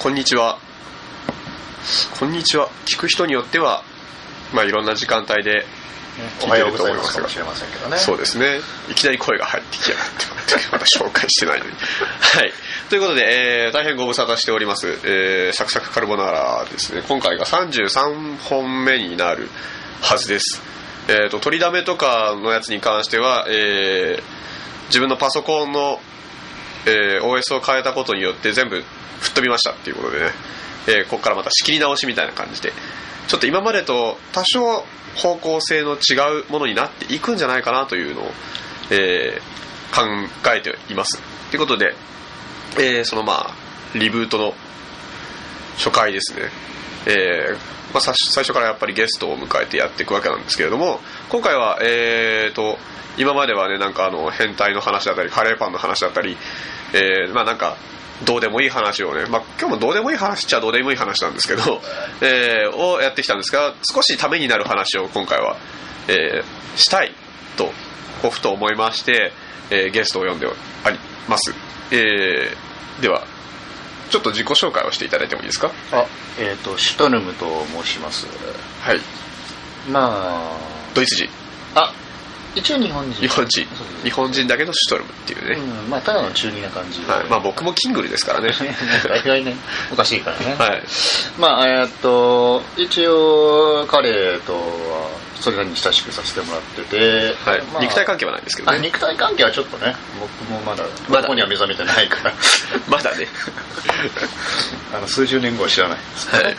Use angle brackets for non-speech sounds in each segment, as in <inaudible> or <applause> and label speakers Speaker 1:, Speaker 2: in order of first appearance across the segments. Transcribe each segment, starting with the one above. Speaker 1: こんにちは。こんにちは。聞く人によっては、まあいろんな時間帯で、
Speaker 2: おはようございますかもしれませんけどね
Speaker 1: そうですね。いきなり声が入ってきやがって、まだ紹介してないのに。 <laughs> はい。ということで、えー大変ご無沙汰しております、えーサクサクカルボナーラですね。今回が33本目になるはずです。えっ、と、取りだめとかのやつに関しては、えー自分のパソコンの、えー OS を変えたことによって全部吹っ飛びましたっていうことでね、えーここからまた仕切り直しみたいな感じで、ちょっと今までと多少方向性の違うものになっていくんじゃないかなというのを、えー考えています。ということで、えーそのまあ、リブートの初回ですね。えーまあ、さ最初からやっぱりゲストを迎えてやっていくわけなんですけれども今回は、えー、と今まではねなんかあの変態の話だったりカレーパンの話だったり、えーまあ、なんかどうでもいい話をね、まあ、今日もどうでもいい話っちゃどうでもいい話なんですけど、えーをやってきたんですが少しためになる話を今回は、えーしたいとこうふと思いまして、えーゲストを呼んであります、えーではちょっと自己紹介をしていただいてもいいですか
Speaker 2: あえっ、とシュトルムと申します
Speaker 1: はい
Speaker 2: ま
Speaker 1: ドイツ人
Speaker 2: ああ一応日本人
Speaker 1: 日本人
Speaker 2: そうです
Speaker 1: 日本人だけどシュトルムっていうね、
Speaker 2: うんまあただの中二な感じ
Speaker 1: はいまあ、僕もキングルです
Speaker 2: <laughs>
Speaker 1: からね
Speaker 2: 大概ねおかしいからね、
Speaker 1: はい
Speaker 2: まあえっ、と一応彼とはそれなりに親しくさせてもらってて、
Speaker 1: はい、
Speaker 2: まあ
Speaker 1: 肉体関係はないんですけど
Speaker 2: あ
Speaker 1: ね
Speaker 2: 肉体関係はちょっとね僕もまだ
Speaker 1: まだ
Speaker 2: ここには目覚めてないから <laughs>
Speaker 1: まだね
Speaker 2: あの数十年後は知らないです
Speaker 1: はい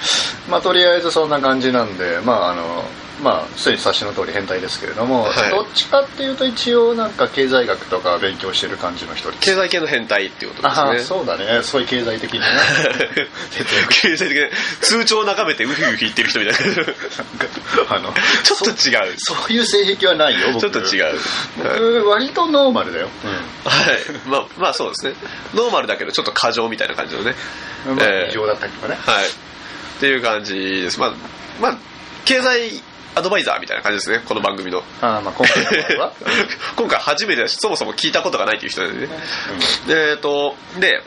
Speaker 2: まあとりあえずそんな感じなんでまああのまあすでに察しの通り変態ですけれども、
Speaker 1: はい
Speaker 2: どっちかっていうと一応なんか経済学とか勉強してる感じの人です
Speaker 1: 経済系の変態っていうこと
Speaker 2: ああ
Speaker 1: ですね
Speaker 2: そうだねすごい経済的にね
Speaker 1: <laughs> 経済的な通帳を眺めてウフウフ言ってる人みたい
Speaker 2: <laughs>
Speaker 1: な
Speaker 2: あの
Speaker 1: ちょっと違う
Speaker 2: そういう性癖はないよ僕
Speaker 1: ちょっと違うはい、
Speaker 2: 僕割とノーマルだよ、
Speaker 1: はい、まあまあそうですねノーマルだけどちょっと過剰みたいな感じのね
Speaker 2: うんま
Speaker 1: え
Speaker 2: あ
Speaker 1: ー
Speaker 2: 異常だったりとかね、
Speaker 1: はい。っていう感じです。まあ、まあ、経済アドバイザーみたいな感じですね、この番組の。 <laughs>
Speaker 2: ああまあ今回の場合は
Speaker 1: 今回初めてだし、そもそも聞いたことがないという人なんでね。えっと、で、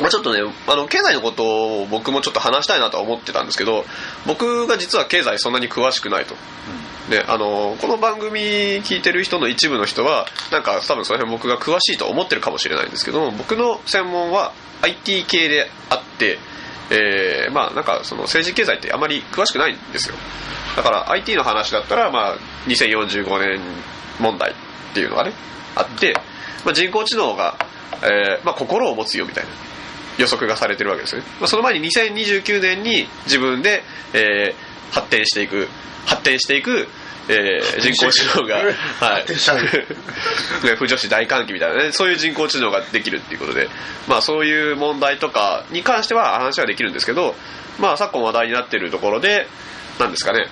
Speaker 1: まあ、ちょっとね、あの、経済のことを僕もちょっと話したいなとは思ってたんですけど、僕が実は経済そんなに詳しくないと。ね、あのこの番組聞いてる人の一部の人はなんか多分その辺僕が詳しいと思ってるかもしれないんですけども僕の専門は IT 系であって、えーまあなんかその政治経済ってあまり詳しくないんですよだから IT の話だったら、まあ、2045年問題っていうのがねあって、まあ、人工知能が、えーまあ、心を持つよみたいな予測がされてるわけですよね、まあ、その前に2029年に自分で、えー発展していく発展していく、えー人工知能が、は
Speaker 2: <laughs>
Speaker 1: い
Speaker 2: 発展したね
Speaker 1: ね不女子大歓喜みたいなねそういう人工知能ができるっていうことで、まあ、そういう問題とかに関しては話はできるんですけど、まあ、昨今話題になってるところでなんですかね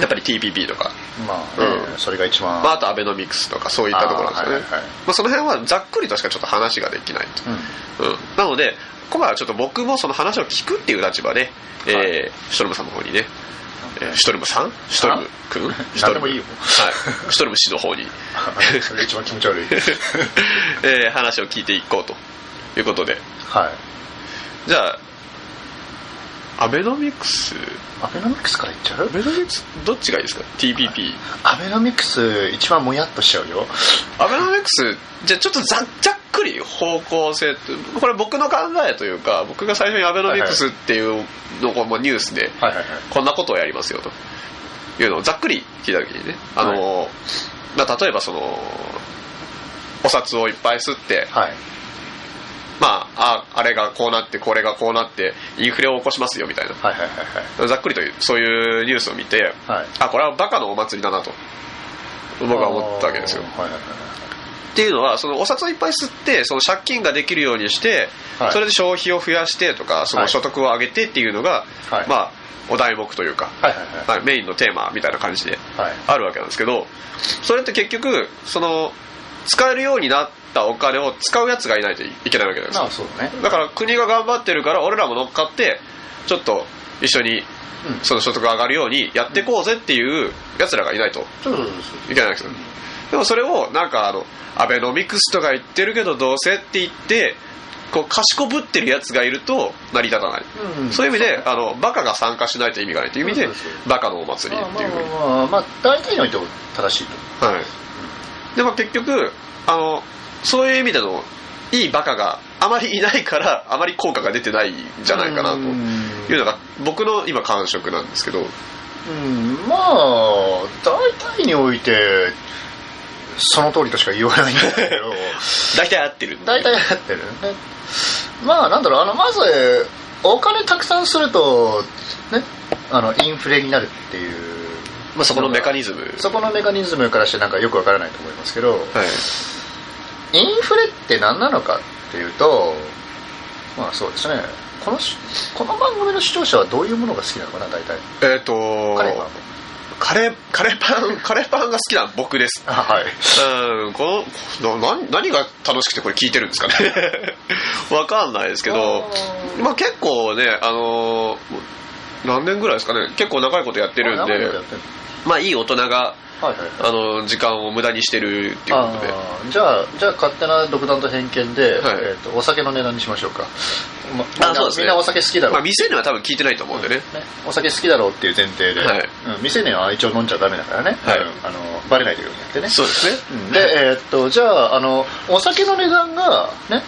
Speaker 1: やっぱり TPP とか、
Speaker 2: まあ、ねそれが一番
Speaker 1: まあ、あとアベノミクスとかそういったところなんですよね
Speaker 2: あーはいはいはい
Speaker 1: まあ、その辺はざっくりとしかちょっと話ができないと
Speaker 2: うん
Speaker 1: うん、なので今回はちょっと僕もその話を聞くっていう立場で、えーシュトルムさんの方にね、えーシュトルムさんシュトルムくんシュトルム
Speaker 2: 何でもいいよ <laughs>
Speaker 1: はい、シュトルム氏の方に、
Speaker 2: それが一番気持ち
Speaker 1: <laughs>
Speaker 2: 悪い
Speaker 1: えー話を聞いていこうということで
Speaker 2: はい
Speaker 1: じゃあアベノミクス
Speaker 2: アベノミクスからいっちゃう
Speaker 1: アベノミクスどっちがいいですか TPP
Speaker 2: アベノミクス一番もやっとしちゃうよ
Speaker 1: アベノミクスじゃあちょっとざざっくり方向性とこれ僕の考えというか僕が最初にアベノミクスっていうのをこうまあニュースで
Speaker 2: はいはいはい
Speaker 1: こんなことをやりますよというのをざっくり聞いた時にねあの、まあ、例えばそのお札をいっぱい吸って、
Speaker 2: はい
Speaker 1: まあ、ああれがこうなってこれがこうなってインフレを起こしますよみたい
Speaker 2: はいはいはい
Speaker 1: なざっくりというそういうニュースを見て
Speaker 2: はいはい
Speaker 1: あこれはバカのお祭りだなと僕は思ったわけですよ
Speaker 2: あーはいはいはい
Speaker 1: っていうのはそのお札をいっぱい吸ってその借金ができるようにして、
Speaker 2: はい
Speaker 1: それで消費を増やしてとかその所得を上げてっていうのが、
Speaker 2: はい
Speaker 1: まあお題目というか、
Speaker 2: はいはいはい
Speaker 1: まあメインのテーマみたいな感じで
Speaker 2: はい
Speaker 1: あるわけなんですけどそれって結局その使えるようになったお金を使うやつがいないといけないわけじゃないです
Speaker 2: ま
Speaker 1: か
Speaker 2: あそうだね
Speaker 1: だから国が頑張ってるから俺らも乗っかってちょっと一緒に
Speaker 2: うん
Speaker 1: その所得が上がるようにやっていこうぜっていうやつらがいないと
Speaker 2: ちょっと
Speaker 1: いけないわけですよでもそれをなんかあのアベノミクスとか言ってるけどどうせって言ってこう賢ぶってるやつがいると成り立たない、
Speaker 2: うん
Speaker 1: そういう意味であのバカが参加しないと意味がないという意味で
Speaker 2: そうそうそう
Speaker 1: バカのお祭り
Speaker 2: まあ
Speaker 1: っていうふうに、
Speaker 2: まあまあまあ、大体の人は正しいと
Speaker 1: はい、でも結局あのそういう意味でのいいバカがあまりいないからあまり効果が出てないんじゃないかなと
Speaker 2: う
Speaker 1: い
Speaker 2: ん
Speaker 1: うのが僕の今感触なんですけど
Speaker 2: うんまあ大体においてその通りとしか言わないんだけ
Speaker 1: <laughs>
Speaker 2: ど
Speaker 1: 大体合ってる
Speaker 2: 大体やってるねまあなんだろうあのまずお金たくさんするとねあのインフレになるっていう、
Speaker 1: まあ、そこのメカ
Speaker 2: ニ
Speaker 1: ニズムはい
Speaker 2: そこのメカニズムからしてなんかよくわからないと思いますけど、インフレって何なのかっていうとまあそうですねこのしこの番組の視聴者はどういうものが好きなのかな大体
Speaker 1: えっ、と
Speaker 2: 彼は
Speaker 1: カレーカレーパンカレーパンが好きな僕です
Speaker 2: あはい
Speaker 1: うんこのな何何が楽しくてこれ聞いてるんですかね <laughs> わかんないですけどまあ結構ねあの何年ぐらいですかね結構長いことやってるん
Speaker 2: あ
Speaker 1: で
Speaker 2: 長いことやってる
Speaker 1: まあいい大人が
Speaker 2: はいはい
Speaker 1: あの時間を無駄にしてるっていうことで
Speaker 2: あーじゃあじゃあ勝手な独断と偏見で、
Speaker 1: はい
Speaker 2: えー、とお酒の値段にしましょうか、ま
Speaker 1: あ
Speaker 2: みんな
Speaker 1: そうですね
Speaker 2: みんなお酒好きだろう、
Speaker 1: まあ店には多分聞いてないと思うんでね、
Speaker 2: ねお酒好きだろうっていう前提で、
Speaker 1: はい
Speaker 2: うん、未成年は一応飲んじゃダメだからね、
Speaker 1: はい
Speaker 2: うんあのバレないというようにやってね
Speaker 1: そうですね
Speaker 2: うんで、えーっとじゃああのお酒の値段がね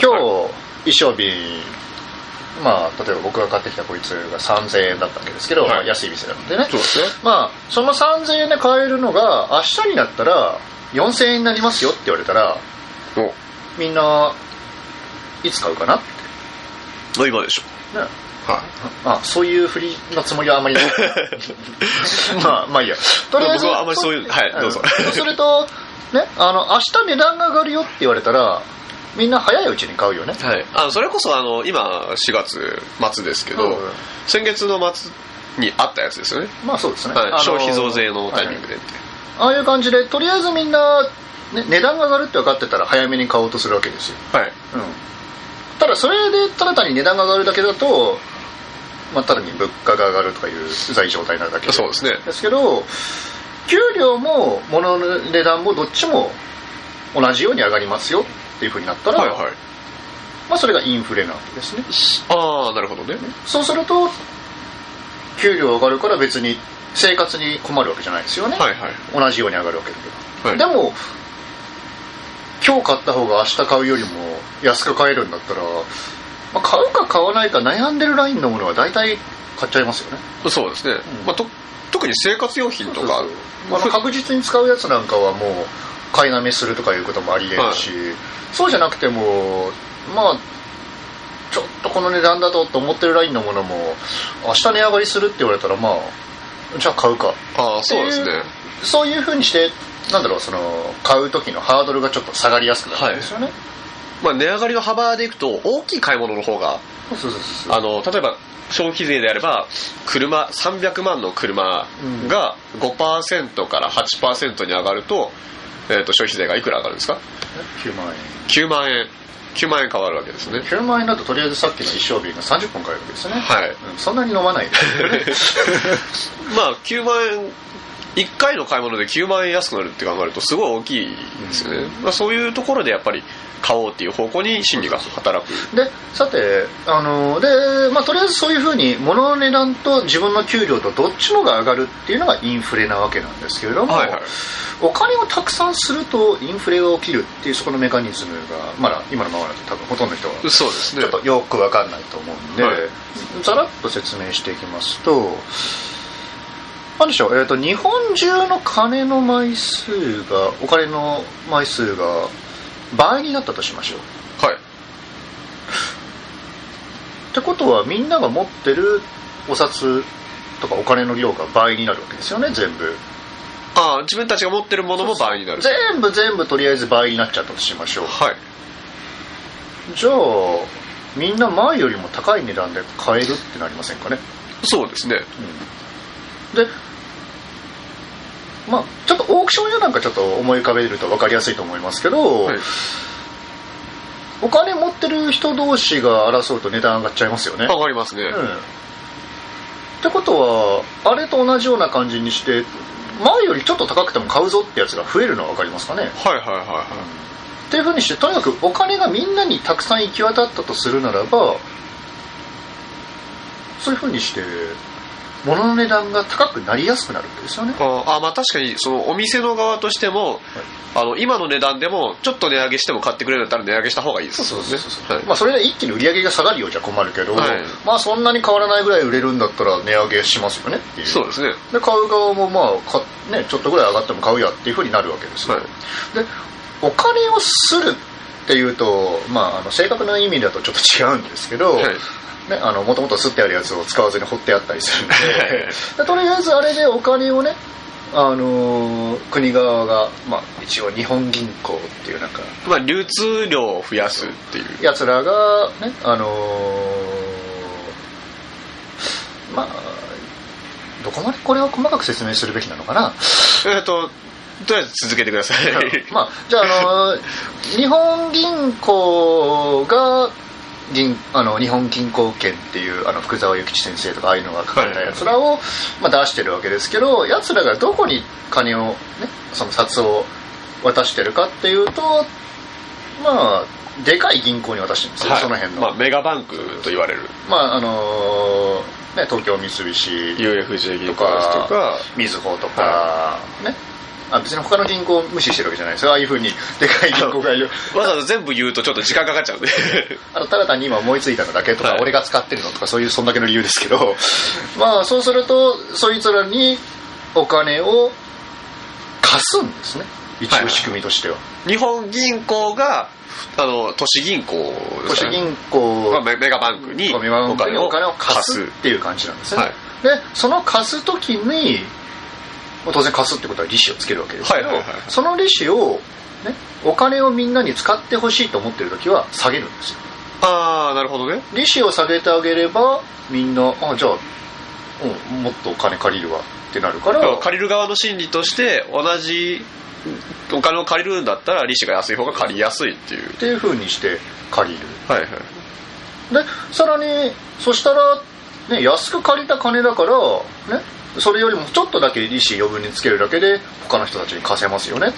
Speaker 2: 今日一升瓶まあ例えば僕が買ってきたこいつが3000円だったわけですけど、
Speaker 1: はい
Speaker 2: まあ安い店なのでね
Speaker 1: そうですね
Speaker 2: まあその3000円で買えるのが明日になったら4000円になりますよって言われたらみんないつ買うかなって
Speaker 1: おの今でしょ
Speaker 2: ね
Speaker 1: はい
Speaker 2: あそういう振りのつもりはあんま
Speaker 1: <laughs>
Speaker 2: りない <laughs> まあまあいいやと
Speaker 1: 僕はあんまりそういうはいどうぞ
Speaker 2: んそうするとねあの明日値段が上がるよって言われたらみんな早いうちに買うよね
Speaker 1: はい、あのそれこそあの今4月末ですけど、
Speaker 2: うん
Speaker 1: 先月の末にあったやつですよね、
Speaker 2: まあそうですね、
Speaker 1: はい
Speaker 2: あの
Speaker 1: 消費増税のタイミング
Speaker 2: はい
Speaker 1: でって、
Speaker 2: ああいう感じでとりあえずみんな、ね、値段が上がるって分かってたら早めに買おうとするわけですよ、
Speaker 1: はい
Speaker 2: うん、ただそれでただ単に値段が上がるだけだと、まあ、ただに物価が上がるとかいう財状態になるだけで
Speaker 1: そうですね
Speaker 2: ですけど給料も物の値段もどっちも同じように上がりますよっていうふうになったら、
Speaker 1: はいはい
Speaker 2: まあ、それがインフレなわけですね
Speaker 1: ああなるほどね
Speaker 2: そうすると給料上がるから別に生活に困るわけじゃないですよね、
Speaker 1: はいはい
Speaker 2: 同じように上がるわけだ
Speaker 1: はい
Speaker 2: けど、でも今日買った方が明日買うよりも安く買えるんだったら、まあ、買うか買わないか悩んでるラインのものは大体買っちゃいますよね
Speaker 1: そうですね、
Speaker 2: うん
Speaker 1: まあ、と特に生活用品とか
Speaker 2: そうそうそうあの確実に使うやつなんかはもう買いなめするとかいうこともありえるし、そうじゃなくてもまあちょっとこの値段だとと思ってるラインのものも明日値上がりするって言われたらまあじゃあ買うか
Speaker 1: ああそうですね、
Speaker 2: そういうふうにしてなんだろうその買う時のハードルがちょっと下がりやすくなるんですよね、
Speaker 1: まあ、値上がりの幅でいくと大きい買い物の方が
Speaker 2: そうそうそうそう
Speaker 1: あの例えば消費税であれば車300万の車が5%から8%に上がると,、えー、と消費税がいくら上がるんですか
Speaker 2: 9万円
Speaker 1: 9万円9万円変わるわけですね
Speaker 2: 9万円だととりあえずさっきの一升瓶が30本買えるわけですよね、
Speaker 1: はい
Speaker 2: うんそんなに飲まないですよ
Speaker 1: <laughs>
Speaker 2: ね
Speaker 1: まあ9万円1回の買い物で9万円安くなるって考えるとすごい大きいですよね、まあ、そういうところでやっぱり買おうっていう方向に心理が働く
Speaker 2: でさてあので、まあ、とりあえずそういうふうに物の値段と自分の給料とどっちもが上がるっていうのがインフレなわけなんですけれども、
Speaker 1: はいはい
Speaker 2: お金をたくさんするとインフレが起きるっていうそこのメカニズムがまだ今のままだと多分ほとんどの人は
Speaker 1: そうですね
Speaker 2: ちょっとよくわかんないと思うんで、
Speaker 1: はい
Speaker 2: ざらっと説明していきますと何でしょう、えー、と日本中の金の枚数がお金の枚数が倍になったとしましょう
Speaker 1: はい
Speaker 2: ってことはみんなが持ってるお札とかお金の量が倍になるわけですよね全部
Speaker 1: ああ自分たちが持ってるものも倍になる
Speaker 2: 全部全部とりあえず倍になっちゃったとしましょう
Speaker 1: はい
Speaker 2: じゃあみんな前よりも高い値段で買えるってなりませんかね、
Speaker 1: そうですね
Speaker 2: うん、でまあちょっとオークションやなんかちょっと思い浮かべると分かりやすいと思いますけど、
Speaker 1: はい
Speaker 2: お金持ってる人同士が争うと値段上がっちゃいますよね
Speaker 1: 上がりますね、
Speaker 2: うんってことはあれと同じような感じにして前よりちょっと高くても買うぞってやつが増えるのは分かりますかね
Speaker 1: はいはいはいはい
Speaker 2: っっていうふうにしてとにかくお金がみんなにたくさん行き渡ったとするならばそういうふうにして物の値段が高くなりやすくなるんですよね
Speaker 1: ああまあ確かにそのお店の側としても、あの今の値段でもちょっと値上げしても買ってくれるんだったら値上げした方がいいです
Speaker 2: そう
Speaker 1: ね
Speaker 2: そうそうそう、
Speaker 1: はい
Speaker 2: まあ、それで一気に売り上げが下がるようじゃ困るけど、
Speaker 1: はい
Speaker 2: まあそんなに変わらないぐらい売れるんだったら値上げしますよねっていう
Speaker 1: そうですね
Speaker 2: で買う側もまあか、ね、ちょっとぐらい上がっても買うやっていうふうになるわけですよ、
Speaker 1: はい
Speaker 2: でお金をするっていうと、まあ、あの正確な意味だとちょっと違うんですけど、
Speaker 1: はい
Speaker 2: ね、あのもともと吸ってあるやつを使わずに掘ってあったりするんで
Speaker 1: はい
Speaker 2: でとりあえずあれでお金をね、あのー国側が、まあ、一応日本銀行っていうなんか
Speaker 1: <laughs> まあ流通量を増やすっていう
Speaker 2: やつらがねあのーまあどこまでこれを細かく説明するべきなのかな
Speaker 1: えっととりあえず続けてください
Speaker 2: まあ、じゃあ、
Speaker 1: <laughs>
Speaker 2: あのー日本銀行が銀あの日本銀行券っていうあの福沢諭吉先生とかああいうのが書かれたやつらを、まあ、出してるわけですけどやつらがどこに金を、ね、その札を渡してるかっていうとまあでかい銀行に渡してるんですよ、
Speaker 1: はい
Speaker 2: その辺の、
Speaker 1: ま
Speaker 2: ま
Speaker 1: あ、
Speaker 2: あ
Speaker 1: メガバンクと言われる
Speaker 2: あのーね、東京三菱
Speaker 1: UFJ 銀行ですと
Speaker 2: と
Speaker 1: か
Speaker 2: みずほとか、ねあ別に他の銀行を無視してるわけじゃないですよああいうふうにでかい銀行がいる
Speaker 1: わざわざ全部言うとちょっと時間かかっちゃうんで
Speaker 2: あのただ単に今思いついたのだけとか、
Speaker 1: はい
Speaker 2: 俺が使ってるのとかそういうそんだけの理由ですけど <laughs> まあそうするとそいつらにお金を貸すんですね一
Speaker 1: はい
Speaker 2: 応仕組みとしては、
Speaker 1: <laughs> 日本銀行があの都市銀行で
Speaker 2: 都
Speaker 1: す
Speaker 2: 市
Speaker 1: かね
Speaker 2: 銀行
Speaker 1: まあメメガバンクに
Speaker 2: ごめんなさい
Speaker 1: お金を
Speaker 2: お金を
Speaker 1: 貸
Speaker 2: 貸
Speaker 1: す
Speaker 2: すっていう感じなんですね、
Speaker 1: はい
Speaker 2: でその貸す時にまあ当然貸すってことは利子をつけるわけですけど、
Speaker 1: はいはいはい
Speaker 2: その利子を、ね、お金をみんなに使ってほしいと思ってる時は下げるんですよ
Speaker 1: ああなるほどね
Speaker 2: 利子を下げてあげればみんなあじゃあ、うん、もっとお金借りるわってなるか
Speaker 1: だ
Speaker 2: ら
Speaker 1: から借りる側の心理として同じお金を借りるんだったら利子が安い方が借りやすいっていう
Speaker 2: っていう風にして借りる
Speaker 1: はいはい
Speaker 2: でさらにそしたら、ね、安く借りた金だから、ね、それよりもちょっとだけ利子余分につけるだけで他の人たちに貸せますよね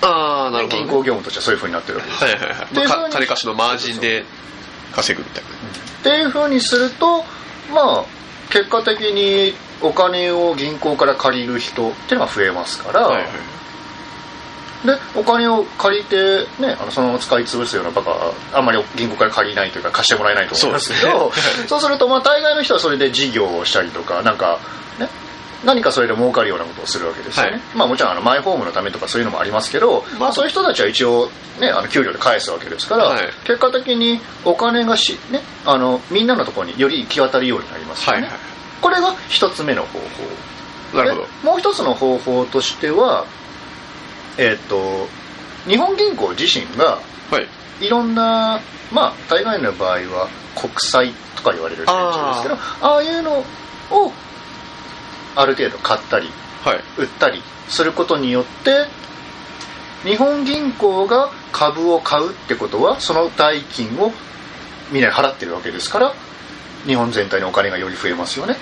Speaker 1: ああなるほど、
Speaker 2: 銀
Speaker 1: ね、
Speaker 2: 行業務としてはそういう風になってるわけです
Speaker 1: はいはいはい、まあか金貸しのマージンで稼ぐみたいな
Speaker 2: っていう風にするとまあ結果的にお金を銀行から借りる人っていうのが増えますから、
Speaker 1: はいはい
Speaker 2: でお金を借りて、ね、あのそのまま使い潰すようなバカあんまり銀行から借りないというか貸してもらえないと思うんですけ
Speaker 1: そう
Speaker 2: どそう,、するとまあ大概の人はそれで事業をしたりとかなんか、ね、何かそれで儲かるようなことをするわけですよね、
Speaker 1: はい
Speaker 2: まあ、もちろんあのマイホームのためとかそういうのもありますけど、
Speaker 1: ま
Speaker 2: ま
Speaker 1: あ
Speaker 2: あ、そういう人たちは一応、ね、あの給料で返すわけですから、
Speaker 1: はい
Speaker 2: 結果的にお金がし、ね、あのみんなのところにより行き渡るようになりますよ
Speaker 1: は
Speaker 2: ね、
Speaker 1: いは
Speaker 2: これが一つ目の方法
Speaker 1: いなるほど
Speaker 2: でもう一つの方法としてはえーっ、と日本銀行自身が
Speaker 1: はい
Speaker 2: いろんなまあ大概の場合は国債とか言われる連中ですけど
Speaker 1: あ
Speaker 2: ああいうのをある程度買ったり
Speaker 1: はい
Speaker 2: 売ったりすることによって日本銀行が株を買うってことはその代金をみんなに払ってるわけですから日本全体のお金がより増えますよね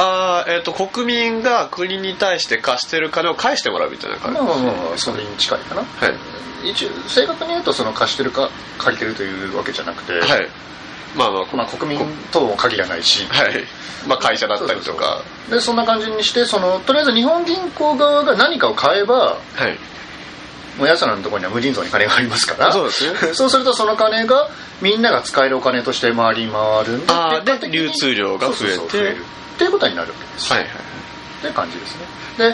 Speaker 1: ああえっ、と国民が国に対して貸してる金を返してもらうみたいな感じ
Speaker 2: まあまあまあそれに近いかな
Speaker 1: はい
Speaker 2: 一応正確に言うとその貸してるか借りてるというわけじゃなくて、
Speaker 1: はいまあまあこ
Speaker 2: まあ、国民とも限らないし
Speaker 1: はいまあ会社だったりとか
Speaker 2: でそんな感じにしてそのとりあえず日本銀行側が何かを買えば
Speaker 1: はい
Speaker 2: もう奴らのところには無尽蔵に金がありますから
Speaker 1: そう
Speaker 2: <laughs>
Speaker 1: ですね
Speaker 2: そうするとその金がみんなが使えるお金として回り回るんで
Speaker 1: あー
Speaker 2: 結果的に
Speaker 1: で流通量が増えて
Speaker 2: そうそうそう増えるっていうことになるわけです
Speaker 1: はいはい
Speaker 2: って感じですね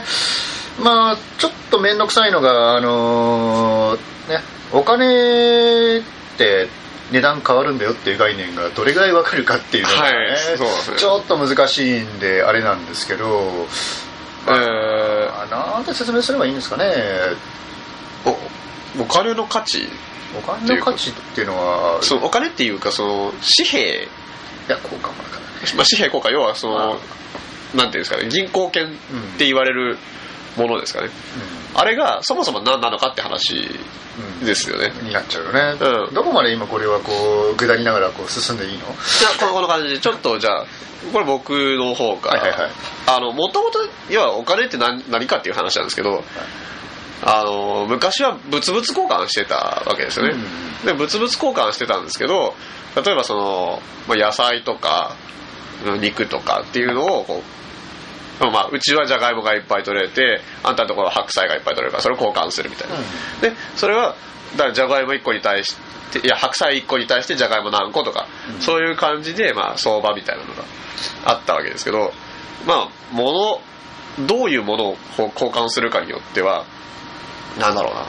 Speaker 2: でまあちょっと面倒くさいのがあのーねお金って値段変わるんだよっていう概念がどれぐらいわかるかっていうのが、ね
Speaker 1: はいそうですね
Speaker 2: ちょっと難しいんであれなんですけど、
Speaker 1: え
Speaker 2: あ、なんて説明すればいいんですかね
Speaker 1: ーおお金の価値
Speaker 2: お金の価値っていうのは
Speaker 1: そのお金っていうかその紙幣、
Speaker 2: いやこうかもだから
Speaker 1: まあ、紙幣効果要はその
Speaker 2: あ
Speaker 1: なんていうんですかね銀行券って言われるものですかね、あれがそもそも何なのかって話
Speaker 2: うんうん
Speaker 1: ですよね、い
Speaker 2: になっちゃうよね、
Speaker 1: うん
Speaker 2: どこまで今これはこう下りながらこう進んでいい
Speaker 1: や
Speaker 2: の
Speaker 1: この感じでちょっとじゃあこれ僕の方から
Speaker 2: はいはいはい
Speaker 1: あのもともと要はお金って何何かっていう話なんですけど、あの昔は物々交換してたわけですよね、
Speaker 2: うん
Speaker 1: で物々交換してたんですけど例えばそのまあ野菜とかうん肉とかっていうのをこう、まあ、うちはじゃがいもがいっぱい取れてあんたのところは白菜がいっぱい取れるからそれを交換するみたいな、でそれはだからじゃがいも1個に対していや白菜1個に対してじゃがいも何個とか、
Speaker 2: うん
Speaker 1: そういう感じで、まあ、相場みたいなのがあったわけですけどまあものどういうものをこう交換するかによってはなんだろうな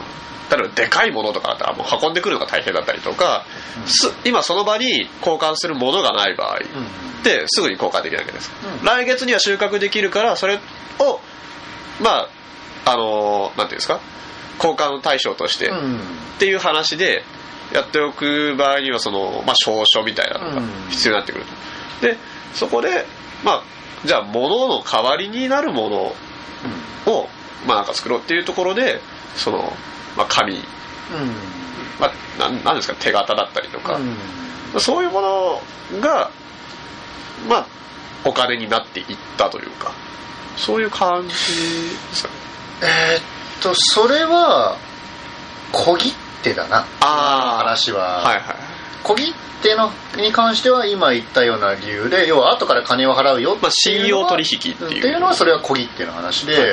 Speaker 1: 例えばでかいものとかだったらもう運んでくるのが大変だったりとか、
Speaker 2: うん
Speaker 1: す今その場に交換するものがない場合ってすぐに交換できないわけです、
Speaker 2: うん
Speaker 1: 来月には収穫できるからそれをまああのなんていうんですか交換対象として、
Speaker 2: うん
Speaker 1: っていう話でやっておく場合にはその、まあ、証書みたいなのが必要になってくると、でそこで、まあ、じゃあ物の代わりになるものを、まあ、なんか作ろうっていうところでその、まあ、紙、
Speaker 2: うん
Speaker 1: まあ、なんなんですか手形だったりとか、
Speaker 2: うん
Speaker 1: そういうものが、まあ、お金になっていったというかそういう感じですかね
Speaker 2: えーっとそれは小切手だな
Speaker 1: あ
Speaker 2: 話
Speaker 1: あ
Speaker 2: は、
Speaker 1: はいはい
Speaker 2: 小切手のに関しては今言ったような理由で要は後から金を払うよ
Speaker 1: まあ、
Speaker 2: って
Speaker 1: 信
Speaker 2: いうの
Speaker 1: 用
Speaker 2: は
Speaker 1: 取引って
Speaker 2: っ
Speaker 1: いう
Speaker 2: ていうのはそれは小切手の話で、
Speaker 1: はい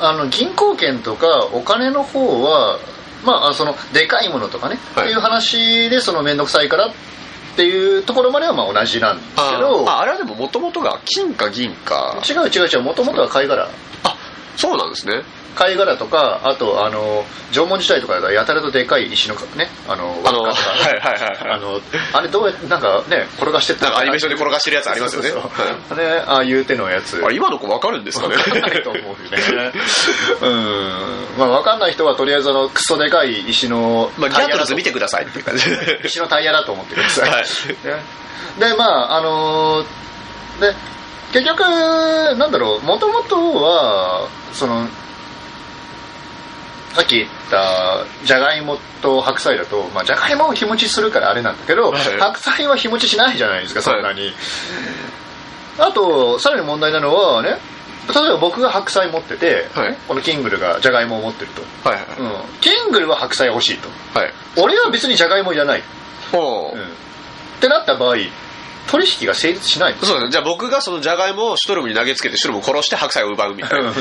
Speaker 2: あの銀行券とかお金の方は、まああ、そのでかいものとかね、
Speaker 1: はい
Speaker 2: っていう話でその面倒くさいからっていうところまではまあ同じなんですけ
Speaker 1: あ
Speaker 2: ど
Speaker 1: ーまあ、あれはでももともとが金か銀か
Speaker 2: 違う違う違うもともとは貝殻
Speaker 1: あそうなんですね
Speaker 2: 貝殻とかあとあの縄文時代とかがやたらとでかい石のねあの
Speaker 1: あのは
Speaker 2: 輪っ
Speaker 1: い
Speaker 2: かとか
Speaker 1: はいはいは
Speaker 2: あ
Speaker 1: い
Speaker 2: のあれどうやってなんかね転がしてっ
Speaker 1: な
Speaker 2: た
Speaker 1: ん
Speaker 2: の
Speaker 1: かアニメーションで転がしてるやつありますよね
Speaker 2: そうそうそうねああいう手のやつ
Speaker 1: あれ今の子わかるんですかね
Speaker 2: わかん <laughs> ないと思うよね。うん。まあ、わかんない人は、とりあえず、あの、クソでかい石の、
Speaker 1: まあ、ギ
Speaker 2: タ
Speaker 1: ャ
Speaker 2: イ
Speaker 1: ト
Speaker 2: ヤ
Speaker 1: ル
Speaker 2: だ
Speaker 1: ズ
Speaker 2: と
Speaker 1: 見てくださいっていう感じ
Speaker 2: <laughs>
Speaker 1: ではい
Speaker 2: 石のタイヤだと思ってください。ねで、まあ、あのーで、結局、なんだろう、もともとは、その、さっき言った、じゃがいもと白菜だと、まあ、じゃがいもは日持ちするからあれなんだけど、
Speaker 1: はい
Speaker 2: 白菜は日持ちしないじゃないですか、そんなに。あと、さらに問題なのはね、例えば僕が白菜持ってて、
Speaker 1: はい
Speaker 2: このキングルがじゃがいもを持ってると。
Speaker 1: はい
Speaker 2: うん。キングルは白菜欲しいと。
Speaker 1: はい
Speaker 2: 俺は別にじゃがいもいらない。
Speaker 1: ほ
Speaker 2: うん。
Speaker 1: う
Speaker 2: ってなった場合、取引が成立しないと。
Speaker 1: そうですねじゃあ僕がそのジャガイモをシュトルムに投げつけてシュトルムを殺して白菜を奪うみたいな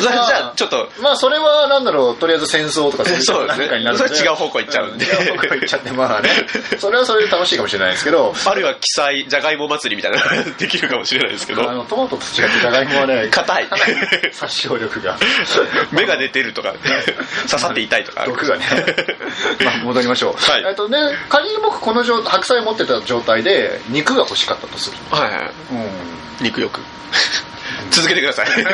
Speaker 1: じゃあじゃあちょっと
Speaker 2: まあそれはなんだろうとりあえず戦争とか
Speaker 1: そうですね
Speaker 2: 何かになる
Speaker 1: そ
Speaker 2: の
Speaker 1: れは違う方向行っちゃうんで
Speaker 2: 違う方向行っちゃってまあねそれはそれで楽しいかもしれないですけど
Speaker 1: あるいは記載ジャガイモ祭りみたい
Speaker 2: <laughs>
Speaker 1: なのができるかもしれないですけ
Speaker 2: あ
Speaker 1: ど
Speaker 2: のトマトと違ってじゃがいもはね
Speaker 1: 硬い
Speaker 2: <laughs> 殺傷力が
Speaker 1: 目が出てるとか刺さって痛いとかある
Speaker 2: 毒がねまあ戻りましょう、
Speaker 1: はい
Speaker 2: えっとね、仮に僕この状白菜持ってた状態で肉が欲しかったとする、
Speaker 1: はいはい肉欲続けてく
Speaker 2: <laughs>
Speaker 1: ださい
Speaker 2: で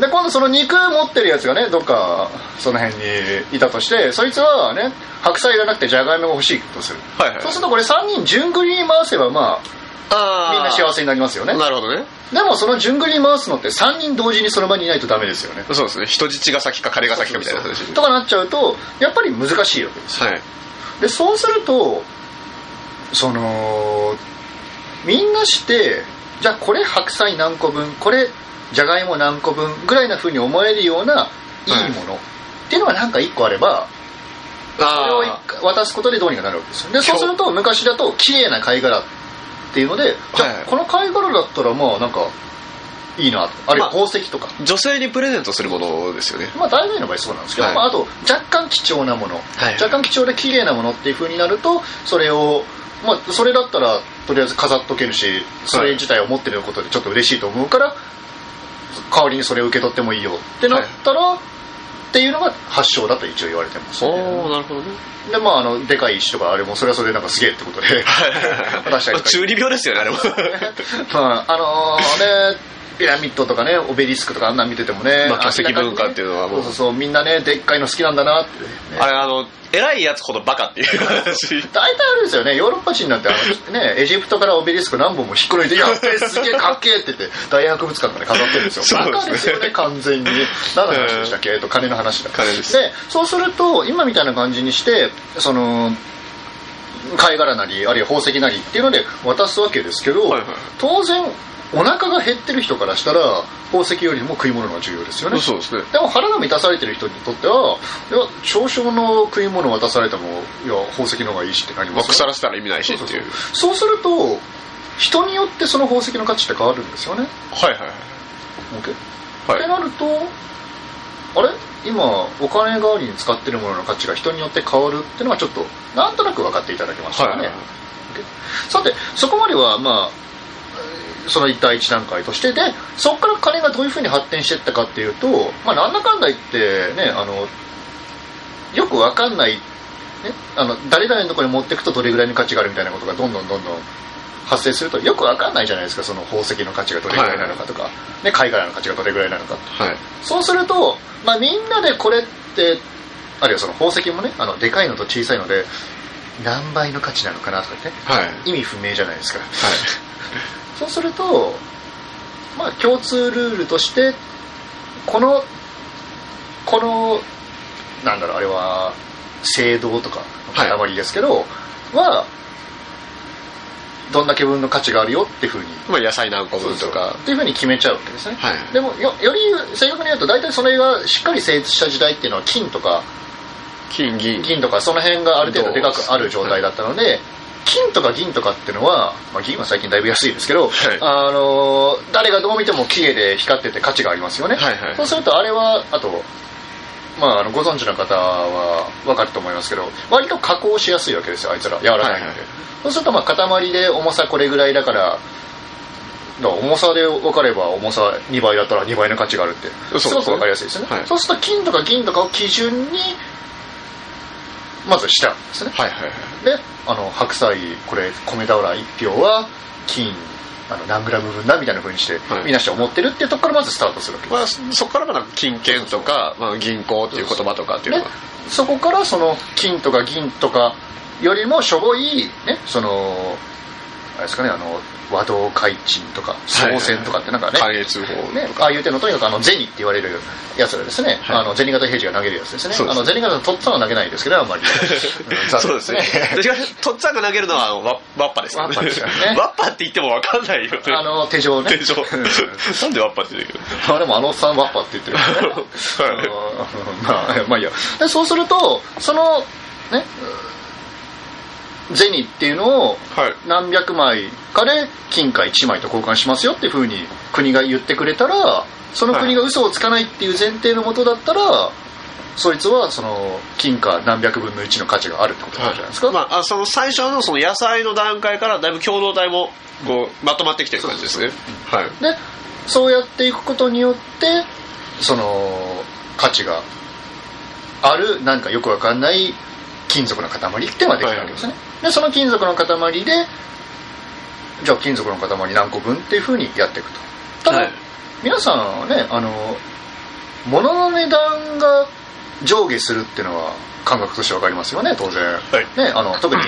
Speaker 2: で今度その肉持ってるやつがねどっかその辺にいたとしてそいつはね白菜いらなくてじゃがいもが欲しいとする
Speaker 1: はいはい
Speaker 2: そうするとこれ3人順繰りに回せばま
Speaker 1: あ
Speaker 2: あ
Speaker 1: ー
Speaker 2: みんな幸せになりますよね
Speaker 1: なるほどね
Speaker 2: でもその順繰りに回すのって3人同時にその場にいないとダメですよね
Speaker 1: そうですね人質が先か金が先かみたいな話
Speaker 2: とかなっちゃうとやっぱり難しいわけです
Speaker 1: はい
Speaker 2: でそうするとそのみんなしてじゃあこれ白菜何個分これじゃがいも何個分ぐらいな風に思えるようないいもの、っていうのがなんか1個あればそれを一
Speaker 1: あ
Speaker 2: 回渡すことでどうにかなるわけですよでそうすると昔だと綺麗な貝殻っていうのでじゃあ
Speaker 1: はい
Speaker 2: この貝殻だったらまあなんかいいなとあるいは
Speaker 1: ま
Speaker 2: 宝石とか、
Speaker 1: あ女性にプレゼントするものですよね
Speaker 2: まあ、大名の場合そうなんですけど、
Speaker 1: はい
Speaker 2: まあ、あと若干貴重なもの、
Speaker 1: い
Speaker 2: 若干貴重で綺麗なものっていう風になるとそれを、まあ、それだったらとりあえず飾っとけるしそれ自体を持ってることでちょっと嬉しいと思うから代わりにそれを受け取ってもいいよってなったら、っていうのが発祥だと一応言われてます、
Speaker 1: お
Speaker 2: ね
Speaker 1: おなるほどね
Speaker 2: でまああのでかい石とかあれもそれはそれでなんかすげえってことで
Speaker 1: <laughs>
Speaker 2: 渡したりとか
Speaker 1: 中二病ですよねあれも
Speaker 2: まああのーねピラミッドとかねオベリスクとかあんなん見ててもね、
Speaker 1: まあ化石文化っていうのはもう
Speaker 2: そうそうそうみんなねでっかいの好きなんだなって、ね、
Speaker 1: あれあの偉いやつほどバカっていう話
Speaker 2: 大体あれですよねヨーロッパ人なんてあの、ね、エジプトからオベリスク何本も引っこ抜いて「やっべえすげえかっけえ」って言って大博物館から飾ってるんですよ
Speaker 1: そう
Speaker 2: バカ
Speaker 1: で
Speaker 2: です
Speaker 1: すね
Speaker 2: よね完全に何の話でしたっけ、えっと金の話だ
Speaker 1: 金です
Speaker 2: でそうすると今みたいな感じにしてその貝殻なりあるいは宝石なりっていうので渡すわけですけど、
Speaker 1: はいはい
Speaker 2: 当然お腹が減ってる人からしたら宝石よりも食い物が重要ですよ
Speaker 1: <laughs>
Speaker 2: ね
Speaker 1: そうですね
Speaker 2: でも腹が満たされてる人にとってはいや少々の食い物渡されてもいや宝石の方がいいしってなり
Speaker 1: まあ、
Speaker 2: ます
Speaker 1: 腐
Speaker 2: よ、ね、
Speaker 1: らせたら意味ないしっていう
Speaker 2: そうすると人によってその宝石の価値って変わるんですよね
Speaker 1: はいはい
Speaker 2: OK
Speaker 1: はい
Speaker 2: って
Speaker 1: はい
Speaker 2: なるとあれ今お金代わりに使ってるものの価値が人によって変わるっていうのはちょっとなんとなく分かっていただけましたか
Speaker 1: はい
Speaker 2: ね、
Speaker 1: はい
Speaker 2: さてそこまではまあえーその一対一段階としてでそこから金がどういうふうに発展していったかっていうと、まあ、なんだかんだ言ってねあのよくわかんない、ね、あの誰々のところに持っていくとどれぐらいの価値があるみたいなことがどんどんどんどん発生するとよくわかんないじゃないですかその宝石の価値がどれぐらいなのかとか、ね、貝殻の価値がどれぐらいなのか
Speaker 1: はい
Speaker 2: そうすると、まあ、みんなでこれってあるいはその宝石もねあのでかいのと小さいので何倍の価値なのかなとか言ってね
Speaker 1: はいはい
Speaker 2: 意味不明じゃないですかそうするとまあ共通ルールとしてこのこのなんだろうあれは聖堂とかの塊ですけど、はどんだけ分の価値があるよっていうふうに
Speaker 1: まあ野菜何個分とか
Speaker 2: っていうふうに決めちゃうわけですね
Speaker 1: はい
Speaker 2: でもよより正確に言うと大体それがしっかり成立した時代っていうのは金とか
Speaker 1: 金銀
Speaker 2: 銀とかその辺がある程度でかくある状態だったので金とか銀とかっていうのは、まあ、銀は最近だいぶ安いですけど、
Speaker 1: はい
Speaker 2: あのー誰がどう見ても綺麗で光ってて価値がありますよね、
Speaker 1: はいはい
Speaker 2: そうするとあれはあと、まあ、あのご存知の方は分かると思いますけど割と加工しやすいわけですよあいつら柔らかいので、
Speaker 1: はいはい
Speaker 2: そうするとまあ塊で重さこれぐらいだからだから重さで分かれば重さ2倍だったら2倍の価値があるって
Speaker 1: そう
Speaker 2: すごく分かりやすいですよね、
Speaker 1: はい
Speaker 2: そうすると金とか銀とかを基準にまずしたんですね
Speaker 1: はいはいはい
Speaker 2: であの白菜これ米俵1票は金あの何グラム分だみたいな風にして、
Speaker 1: はい
Speaker 2: みんなして思ってるっていうところからまずスタートするわけです
Speaker 1: まあそそこからがなんか金券とかまあ銀行っていう言葉とかっていうの
Speaker 2: ね
Speaker 1: が、
Speaker 2: そこからその金とか銀とかよりもしょぼい、ね、そのあれですかねあの和道開珍とか総選とかってなんかね,、
Speaker 1: 関営通報 <laughs>
Speaker 2: ねああいう手のとにかくあの銭って言われるやつらですね、
Speaker 1: はい
Speaker 2: あの銭形平次が投げるやつですね
Speaker 1: そうです
Speaker 2: あの銭形のとっつぁんは投げないですけどあんまり、うん
Speaker 1: <laughs>
Speaker 2: 残
Speaker 1: そう
Speaker 2: 念
Speaker 1: です <laughs> ね。私がとっつぁんが投げるのはあのわワッパですよね。
Speaker 2: ワッパですよね
Speaker 1: ワッパって言っても <laughs> わかんないよね。
Speaker 2: <laughs> あの手錠ね
Speaker 1: でしょなんでワッパって言うんだけど。
Speaker 2: まあでもあのおっさんワッパって言ってるからね
Speaker 1: は
Speaker 2: <laughs> まあ、まあいいや。で、そうすると、その、ね、銭っていうのを
Speaker 1: い。はい。
Speaker 2: 何百枚かで金貨1枚と交換しますよっていうふうに国が言ってくれたら、その国が嘘をつかないっていう前提のもとだったら、そいつはその金貨何百分の1の価値があるってことになるじゃないですか。
Speaker 1: まあ、あその最初のその野菜の段階からだいぶ共同体もこうまとまってきてる感じですね。はい。
Speaker 2: でそうやっていくことによってその価値があるなんかよくわかんない金属の塊っていうのができるわけですね、でその金属の塊でじゃあ金属の塊何個分っていうふうにやっていくとただ、
Speaker 1: はい
Speaker 2: 皆さんはねあの物の値段が上下するっていうのは感覚としてわかりますよね当然、
Speaker 1: はい
Speaker 2: ね、あの特に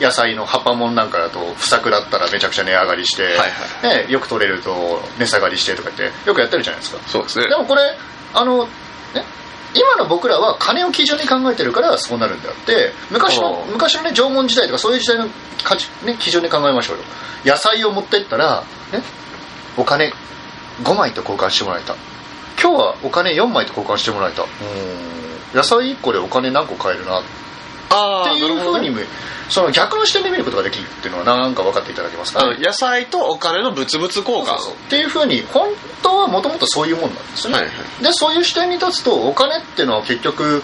Speaker 2: 野菜の葉っぱもんなんかだと不作だったらめちゃくちゃ値上がりして、
Speaker 1: はい
Speaker 2: ね、よく取れると値下がりしてとかってよくやってるじゃないですか
Speaker 1: そうですね
Speaker 2: <laughs> で。もこれあの、ね、今の僕らは金を基準に考えてるからそうなるんであって昔の
Speaker 1: あー
Speaker 2: 昔のね縄文時代とかそういう時代の価値、ね、基準で考えましょうよ野菜を持ってったら、ね、お金5枚と交換してもらえた今日はお金4枚と交換してもらえたうーん野菜1個でお金何個買えるなって
Speaker 1: あ
Speaker 2: っていうふうにもその逆の視点で見ることができるっていうのはなんか分かっていただけますか、ね、
Speaker 1: 野菜とお金の物々交換。
Speaker 2: そうそうっていうふうに本当はもともとそういうもんなんですよね、
Speaker 1: はいはい
Speaker 2: でそういう視点に立つとお金っていうのは結局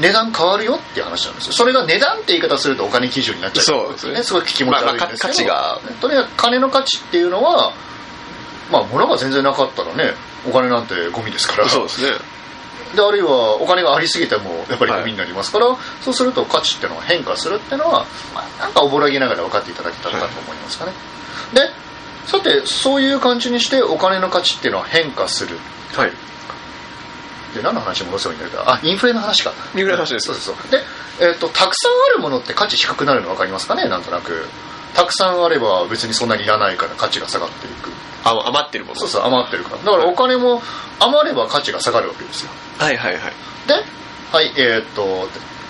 Speaker 2: 値段変わるよっていう話なんですよそれが値段って言い方するとお金基準になっちゃう
Speaker 1: そうですね
Speaker 2: すごい気持ち悪いんですけど、
Speaker 1: まあまあ価値が
Speaker 2: とにかく金の価値っていうのはまあ物が全然なかったらねお金なんてゴミですから
Speaker 1: そうですね。
Speaker 2: であるいはお金がありすぎてもやっぱりゴミになりますから、そうすると価値っていうのは変化するっていうのは、まあ、なんかおぼろげながら分かっていただけたらなと思いますかね、でさてそういう感じにしてお金の価値っていうのは変化する
Speaker 1: はい。
Speaker 2: で何の話戻せばいいんだけどあインフレの話か
Speaker 1: インフレの話です
Speaker 2: そうそうそうで、えっとたくさんあるものって価値低くなるの分かりますかねなんとなくたくさんあれば別にそんなにいらないから価値が下がっていく
Speaker 1: あ余ってるもの。
Speaker 2: そうそう余ってるからだからお金も余れば価値が下がるわけですよ
Speaker 1: はいはいはい。
Speaker 2: で、はい、えーっと、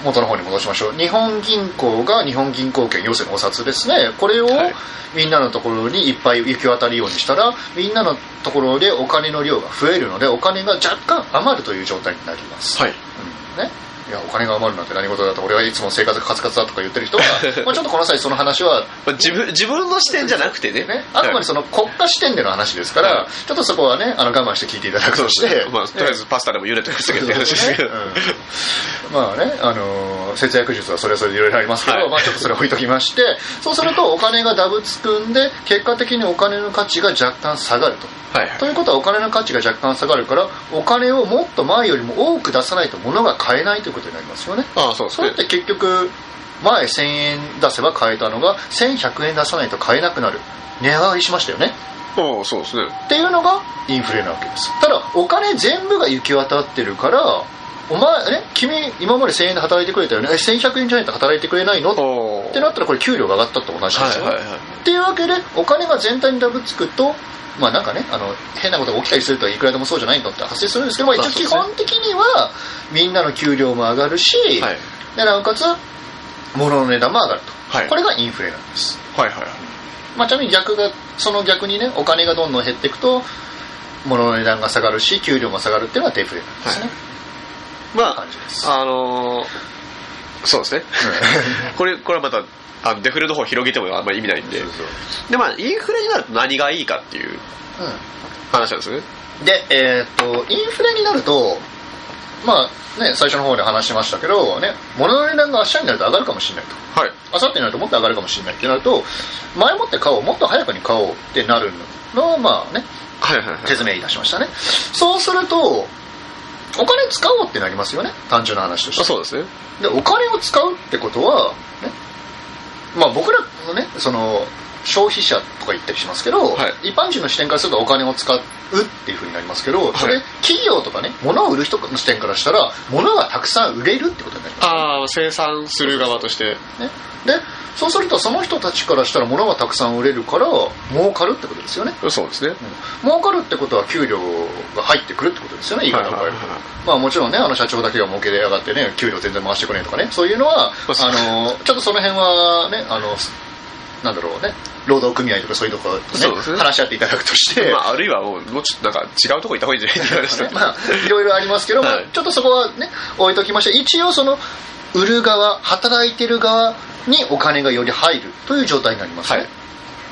Speaker 2: 元の方に戻しましょう日本銀行が日本銀行券要するにお札ですねこれを
Speaker 1: はい
Speaker 2: みんなのところにいっぱい行き渡るようにしたらみんなのところでお金の量が増えるのでお金が若干余るという状態になります、
Speaker 1: はい
Speaker 2: うんね、いやお金が余るなんて何事だと俺はいつも生活がカツカツだとか言ってる人
Speaker 1: <laughs>
Speaker 2: がまあちょっとこの際その話は
Speaker 1: まあ自分自分の視点じゃなくてね
Speaker 2: ね、あくま
Speaker 1: は
Speaker 2: で
Speaker 1: い
Speaker 2: その国家視点での話ですから、
Speaker 1: は
Speaker 2: ちょっとそこはねあの我慢して聞いていただく
Speaker 1: そ
Speaker 2: と
Speaker 1: う
Speaker 2: し
Speaker 1: で
Speaker 2: て、
Speaker 1: すね、 <laughs> まあ、とりあえずパスタでも茹でてましたけどって話ですけど、
Speaker 2: うんまあね、あのー節約術はそれはそれでいろいろありますけど、
Speaker 1: はい
Speaker 2: まあちょっとそれ置いときまして、そうするとお金がダブつくんで、結果的にお金の価値が若干下がると。
Speaker 1: はいはい
Speaker 2: ということはお金の価値が若干下がるから、お金をもっと前よりも多く出さないと物が買えないということになりますよね。
Speaker 1: ああそうです
Speaker 2: それ
Speaker 1: ね
Speaker 2: って結局、前1000円出せば買えたのが、1100円出さないと買えなくなる。値上がりしましたよね。
Speaker 1: ああそうですね
Speaker 2: っていうのがインフレなわけですただお金全部が行き渡ってるからお前ね君今まで1000円で働いてくれたよねえ1100円じゃないと働いてくれないのっ
Speaker 1: おお
Speaker 2: てなったらこれ給料が上がったと同じで
Speaker 1: は
Speaker 2: し
Speaker 1: い
Speaker 2: ょ、
Speaker 1: はいはい
Speaker 2: っていうわけでお金が全体にダブつくとまあなんかねあの変なことが起きたりするといくらでもそうじゃないのって発生するんですけど、まあ、一
Speaker 1: ま
Speaker 2: 応
Speaker 1: あ
Speaker 2: 基本的にはみんなの給料も上がるし、
Speaker 1: はい
Speaker 2: でなおかつ物の値段も上がると、
Speaker 1: はい
Speaker 2: これがインフレなんです
Speaker 1: はいはい
Speaker 2: まあ、ちなみに逆がその逆にねお金がどんどん減っていくと物の値段が下がるし給料も下がるっていうのはデフレなんですね、
Speaker 1: ま
Speaker 2: 感じです
Speaker 1: ああのーそうですねこれこれはまたあのデフレの方を広げてもあんまり意味ないん <laughs> で
Speaker 2: そうそう
Speaker 1: でまあインフレになると何がいいかっていう話なんですよね
Speaker 2: うんでえーっとインフレになるとまあね最初の方で話しましたけどね物の値段が明日になると上がるかもしれないと
Speaker 1: はい
Speaker 2: 明後日になるともっと上がるかもしれないってなると前もって買おうもっと早くに買おうってなるのをまあね
Speaker 1: はいはいはい
Speaker 2: 説明いたしましたねそうするとお金使おうってなりますよね単純な話として
Speaker 1: あそうですね
Speaker 2: でお金を使うってことは、ねまあ、僕らのねその消費者とか言ったりしますけど、
Speaker 1: は
Speaker 2: 一般人の視点からするとお金を使うっていうふうになりますけど、そ
Speaker 1: は
Speaker 2: れ
Speaker 1: い
Speaker 2: 企業とかね物を売る人の視点からしたら物がたくさん売れるってことになりま
Speaker 1: ああ生産する側として
Speaker 2: すねでそうするとその人たちからしたら物がたくさん売れるから儲かるってことですよね
Speaker 1: そうですね
Speaker 2: 儲かるってことは給料が入ってくるってことですよね言い方を変えるとまあもちろんね、あの社長だけが儲けで上がってね、給料全然回してこねえとかね、そういうのは、
Speaker 1: そうそう
Speaker 2: あの、ちょっとその辺はね、あの、なんだろうね、労働組合とかそういうところ
Speaker 1: そう
Speaker 2: と
Speaker 1: で
Speaker 2: ね
Speaker 1: すね
Speaker 2: 話し合っていただくとして、
Speaker 1: ま
Speaker 2: まあ
Speaker 1: あ、あるいはもうもうちょっとなんか違うとこ行った方がいいんじゃないって言われました
Speaker 2: まあ、いろいろありますけど、まあ
Speaker 1: はい
Speaker 2: ちょっとそこはね、置いときまして、一応その、売る側、働いてる側にお金がより入るという状態になりますね。
Speaker 1: はい
Speaker 2: っ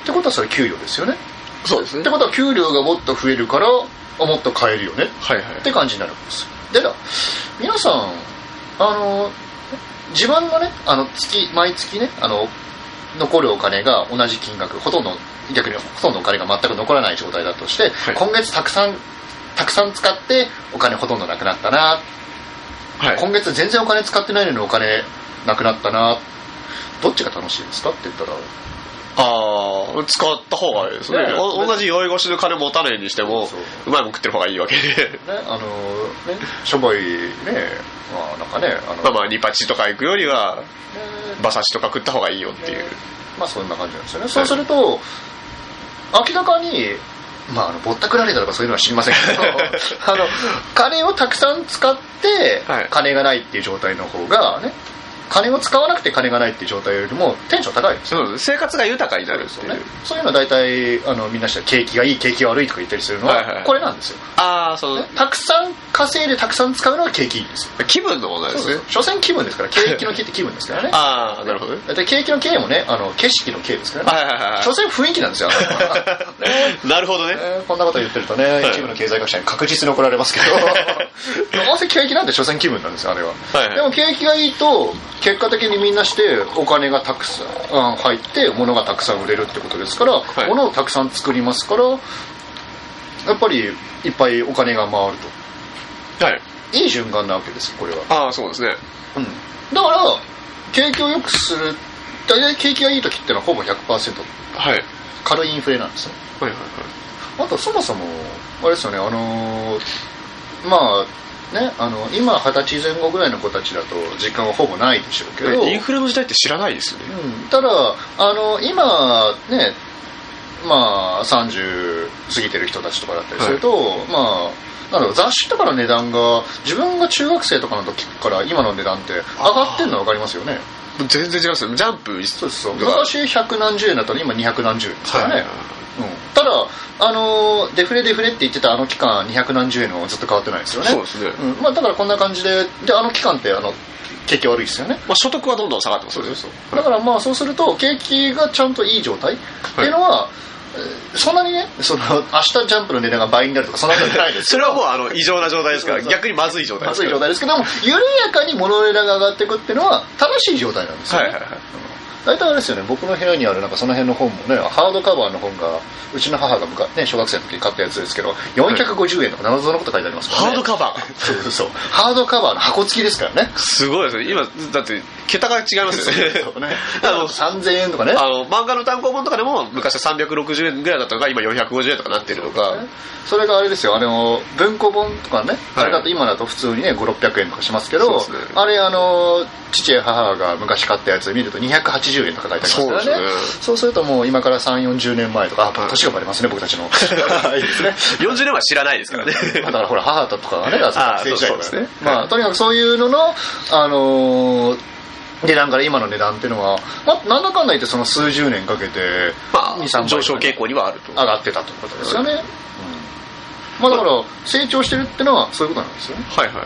Speaker 2: てことはそれ給料ですよね。
Speaker 1: <laughs> そうです
Speaker 2: って
Speaker 1: ね
Speaker 2: ことは給料がもっと増えるから、あもっと買えるよね。
Speaker 1: はいはい
Speaker 2: って感じになるんですでだ皆さんあの自分のねあの月毎月ねあの残るお金が同じ金額ほとんど逆にほとんどお金が全く残らない状態だとして、
Speaker 1: はい
Speaker 2: 今月たくさんたくさん使ってお金ほとんどなくなったな、
Speaker 1: はい
Speaker 2: 今月全然お金使ってないのにお金なくなったなどっちが楽しいですかって言ったら
Speaker 1: ああ使った方がいいですね
Speaker 2: ね
Speaker 1: お同じ酔い越しの金持たないにしても
Speaker 2: そう
Speaker 1: うまいもん食ってる方がいいわけ <laughs> で
Speaker 2: ねあのねしょぼいねまあなんかねあの、
Speaker 1: まあまあニパチとか行くよりは
Speaker 2: ね
Speaker 1: 馬刺しとか食った方がいいよっていう
Speaker 2: まあそんな感じなんですよね。そうすると、明らかに、まああの、ぼったくられたとかそういうのは知りませ
Speaker 1: <laughs>
Speaker 2: んけど、あの、金をたくさん使って
Speaker 1: はい、
Speaker 2: 金がないっていう状態の方がね、金を使わなくて金がないっていう状態よりもテンション高いですよ。
Speaker 1: そうです生活が豊かになるっていう、
Speaker 2: ね、そういうのは大体あのみんなして景気がいい景気が悪いとか言ったりするのは、
Speaker 1: はいはい
Speaker 2: これなんですよ、
Speaker 1: ああその
Speaker 2: ねたくさん稼いでたくさん使うのは景気いいんですよ
Speaker 1: 気分の問題ですね
Speaker 2: 所詮気分ですから景気の気って気分ですからね
Speaker 1: <laughs> ああなるほどね
Speaker 2: だって景気の景もねあの景色の景ですからね
Speaker 1: はいはいはい
Speaker 2: 所詮雰囲気なんですよ
Speaker 1: はいなるほど <laughs> ね
Speaker 2: えーこんなこと言ってるとね、
Speaker 1: い
Speaker 2: 一部の経済学者に確実に怒ら
Speaker 1: <laughs>
Speaker 2: れますけど、どうせ景気なんて所詮気分なんですよ、あれは。
Speaker 1: はいはい
Speaker 2: でも景気がいいと、結果的にみんなして、お金がたくさんうん入って、物がたくさん売れるってことですから、
Speaker 1: い
Speaker 2: 物をたくさん作りますから、やっぱりいっぱいお金が回る
Speaker 1: はい
Speaker 2: と。いい循環なわけですよ、これは。
Speaker 1: ああそうですね
Speaker 2: うん、だから、景気を良くする、大体景気がいい時ってのはほぼ100%
Speaker 1: はいはい
Speaker 2: 軽いインフレなんですよ。
Speaker 1: はいはい
Speaker 2: あとそもそもあれですよねあのーまあねあの今二十歳前後ぐらいの子たちだと時間はほぼないでしょうけど、
Speaker 1: インフレの時代って知らないですよね
Speaker 2: うん、ただあの今ねまあ30過ぎてる人たちとかだったりすると、まあなんだろう雑誌とかの値段が自分が中学生とかの時から今の値段って上がってるの分かりますよね
Speaker 1: 全然違いますよジャンプ
Speaker 2: そうですそう
Speaker 1: だから
Speaker 2: 昔100何十円だったら今200何十円ですからね、
Speaker 1: はい
Speaker 2: うん、ただあのーデフレデフレって言ってたあの期間200何十円のずっと変わってないですよね
Speaker 1: そうですね
Speaker 2: うんまあ、だからこんな感じでであの期間ってあの景気悪いですよね
Speaker 1: まあ、所得はどんどん下がってますよね
Speaker 2: だからまあそうすると景気がちゃんといい状態っていうのは、えーそんなにねその明日ジャンプの値段が倍になるとかそんなことないです
Speaker 1: それはもうあの異常な状態ですから
Speaker 2: そうそう
Speaker 1: 逆にまずい状態
Speaker 2: ま
Speaker 1: です
Speaker 2: ずい
Speaker 1: から
Speaker 2: 状態ですけども緩やかに物の値段が上がっていくっていうのは正しい状態なんですよ
Speaker 1: は
Speaker 2: ね、
Speaker 1: いはいはい
Speaker 2: 大体あれですよね僕の部屋にあるなんかその辺の本もねハードカバーの本がうちの母がむか、ね、小学生の時に買ったやつですけど450円とか謎のこと書いてありますから、ね
Speaker 1: ハードカバー
Speaker 2: そうそうそうハードカバーの箱付きですから
Speaker 1: <laughs>
Speaker 2: ね
Speaker 1: すごいですね今だって桁が違いますよね
Speaker 2: <laughs> そうね
Speaker 1: あの
Speaker 2: 3000円とかね
Speaker 1: あの漫画の単行本とかでも昔は360円ぐらいだったのが今450円とかなってるとか
Speaker 2: それがあれですよあの文庫本とかね、
Speaker 1: はい
Speaker 2: あれだと今だと普通にね5600円とかしますけど
Speaker 1: そうですね
Speaker 2: あれあの父や母が昔買ったやつ見ると280円とか書いてありますから
Speaker 1: そう
Speaker 2: ね
Speaker 1: ですね
Speaker 2: そうするともう今から3 4 0年前とか
Speaker 1: は
Speaker 2: あ
Speaker 1: い
Speaker 2: 年がバレますね僕たち
Speaker 1: <laughs>
Speaker 2: のはいですね
Speaker 1: 40年は知らないですから
Speaker 2: <laughs>
Speaker 1: ね
Speaker 2: だからほら母とかがね
Speaker 1: あー
Speaker 2: 学
Speaker 1: そ
Speaker 2: 生時代から
Speaker 1: うそうですね
Speaker 2: まあ、とにかくそういうのの、あのー値段から今の値段っていうのは、まあ、なんだかんだ言ってその数十年かけて
Speaker 1: <laughs> ま
Speaker 2: 2 3
Speaker 1: あ
Speaker 2: 倍
Speaker 1: 上昇傾向にはあると
Speaker 2: 上がってたってことですよね、まあだから成長してるってのはそういうことなんですよね
Speaker 1: はいはいは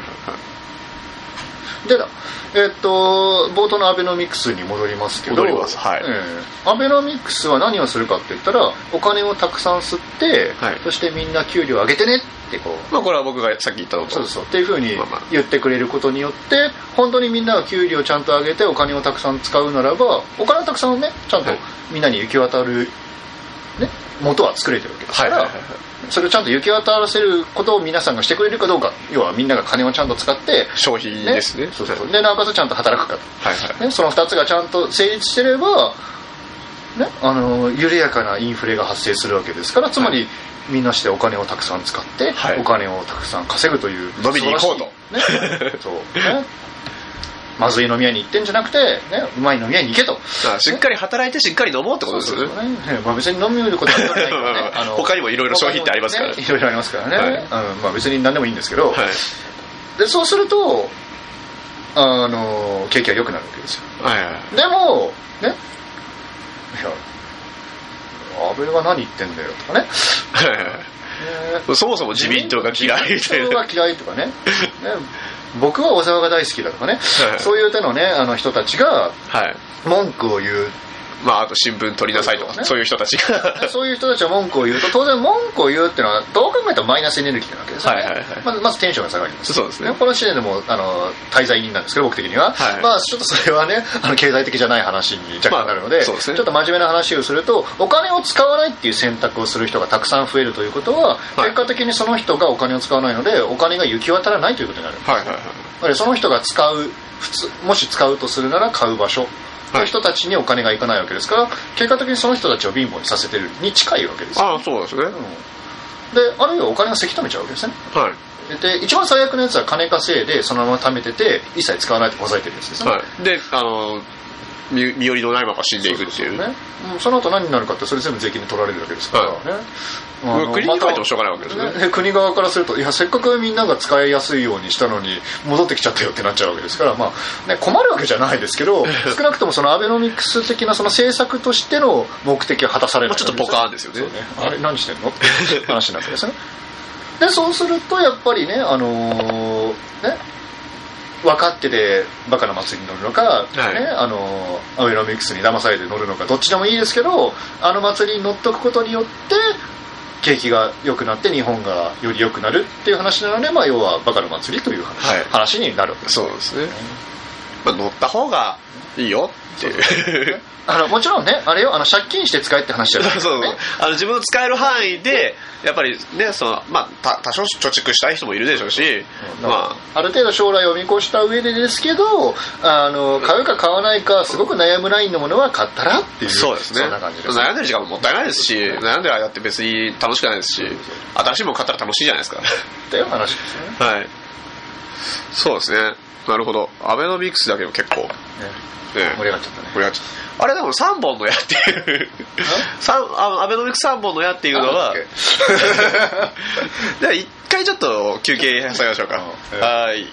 Speaker 1: い
Speaker 2: でだえっと冒頭のアベノミクスに戻りますけど
Speaker 1: 戻りますはい
Speaker 2: ええアベノミクスは何をするかって言ったらお金をたくさん吸って、
Speaker 1: はい
Speaker 2: そしてみんな給料上げてねってこう
Speaker 1: まあこれは僕がさっき言ったのと
Speaker 2: そうそうっていうふうに
Speaker 1: まあまあ
Speaker 2: 言ってくれることによって本当にみんなが給料ちゃんと上げてお金をたくさん使うならばお金をたくさんねちゃんと
Speaker 1: はい
Speaker 2: みんなに行き渡る、ね、元は作れてるわけです
Speaker 1: は
Speaker 2: か
Speaker 1: い
Speaker 2: ら、
Speaker 1: はいはいはい
Speaker 2: それをちゃんと行き渡らせることを皆さんがしてくれるかどうか要はみんなが金をちゃんと使って、
Speaker 1: 消費ですね
Speaker 2: そうそうそう
Speaker 1: はい
Speaker 2: でなおかつちゃんと働くか
Speaker 1: はいはい
Speaker 2: ね、その2つがちゃんと成立してれば、ね、あの緩やかなインフレが発生するわけですからつまり、
Speaker 1: は
Speaker 2: みんなしてお金をたくさん使って、
Speaker 1: はい
Speaker 2: お金をたくさん稼ぐという
Speaker 1: 飲みに行こうと
Speaker 2: 素晴らしい
Speaker 1: <laughs>
Speaker 2: ねそうねまずい飲み屋に行ってんじゃなくて、ね、うまい飲み屋に行けと
Speaker 1: まあしっかり働いてしっかり飲もうってことですよね
Speaker 2: そうそうそうねまあ、別に飲みることはないから
Speaker 1: <laughs>
Speaker 2: ねあの
Speaker 1: 他にもいろいろ商品ってありますから
Speaker 2: 他にもねいろいろありますからね、
Speaker 1: はい
Speaker 2: あのまあ、別に何でもいいんですけど、
Speaker 1: はい
Speaker 2: でそうするとあの景気は良くなるわけですよ
Speaker 1: はいはい
Speaker 2: でもねいや安倍は何言ってんだよとかね、
Speaker 1: はいはいそもそ <laughs> も自民党が嫌いみたい
Speaker 2: 自民党
Speaker 1: な
Speaker 2: が嫌いとかねね僕は小沢が大好きだとかね、
Speaker 1: はい
Speaker 2: そういう手のねあの人たちが
Speaker 1: はい
Speaker 2: 文句を言う
Speaker 1: まああと新聞取りなさいとかそういう人たちが <laughs>
Speaker 2: でそういう人たちは文句を言うと当然文句を言うっていうのはどう考えてもマイナスエネルギーなわけですよね、
Speaker 1: はいはいはい
Speaker 2: まずまずテンションが下がります
Speaker 1: そうですね
Speaker 2: この時点でもうあの滞在人なんですけど僕的には、
Speaker 1: はい
Speaker 2: まあちょっとそれはねあの経済的じゃない話に若干なるので,、
Speaker 1: まあそうですね
Speaker 2: ちょっと真面目な話をするとお金を使わないっていう選択をする人がたくさん増えるということは、
Speaker 1: はい
Speaker 2: 結果的にその人がお金を使わないのでお金が行き渡らないということになる
Speaker 1: はいはいはい
Speaker 2: つまりその人が使う普通もし使うとするなら買う場所
Speaker 1: はい
Speaker 2: の人たちにお金がいかないわけですから結果的にその人たちを貧乏にさせてるに近いわけですよ
Speaker 1: ああそうですね
Speaker 2: うんであるいはお金がせき止めちゃうわけですね
Speaker 1: はい
Speaker 2: で一番最悪のやつは金稼いでそのまま貯めてて一切使わないとこざいてるやつですね、
Speaker 1: はい、であの身身寄りのないまま死んでいくっていう
Speaker 2: ねうんその後何になるかってそれ全部税金で取られるわけですからね、あの
Speaker 1: 国に書いてもしょうがないわけですね
Speaker 2: またね国側からするといやせっかくみんなが使いやすいようにしたのに戻ってきちゃったよってなっちゃうわけですから、まあね、困るわけじゃないです
Speaker 1: <laughs>
Speaker 2: けど少なくともそのアベノミクス的なその政策としての目的は果たされ
Speaker 1: まあ
Speaker 2: ない
Speaker 1: ちょっとポカーンですよね
Speaker 2: そうあれ何してんのって話になってですね <laughs> でそうするとやっぱりね,、あのーね分かっててバカな祭りに乗るの
Speaker 1: は
Speaker 2: か、
Speaker 1: い
Speaker 2: ね、あのアベノミクスに騙されて乗るのかどっちでもいいですけどあの祭りに乗っとくことによって景気が良くなって日本がより良くなるっていう話なので、まあ、要はバカの祭りという話,、
Speaker 1: はい
Speaker 2: 話になるわけです
Speaker 1: そうですね、まあ、乗った方がいいよっていう
Speaker 2: あのもちろんねあれよあの借金して使えって話じゃな
Speaker 1: <laughs>
Speaker 2: い
Speaker 1: そう
Speaker 2: で
Speaker 1: そう
Speaker 2: すよ <laughs> ね
Speaker 1: あの自分の使える範囲でやっぱりねその、まあ、た多少貯蓄したい人もいるでしょうし、ま
Speaker 2: ある程度将来を見越した上でですけどあの買うか買わないかすごく悩むラインのものは買ったらってい
Speaker 1: あ
Speaker 2: う
Speaker 1: そうですね
Speaker 2: そんな感じです
Speaker 1: 悩んでる時間ももったいないですし悩んでる間って別に楽しくないですし
Speaker 2: <laughs>
Speaker 1: 新しいもの買ったら楽しいじゃないですか
Speaker 2: っていう話ですね
Speaker 1: はいそうですねなるほどアベノミクスだけでも結構ね
Speaker 2: 盛り上がっちゃったね
Speaker 1: 盛り上がっちゃったあれでも3本の矢っていう三あのアベノミクス3本の矢っていうのは
Speaker 2: あオッ
Speaker 1: <laughs> では一回ちょっと休憩挟みましょうか
Speaker 2: うん
Speaker 1: はーい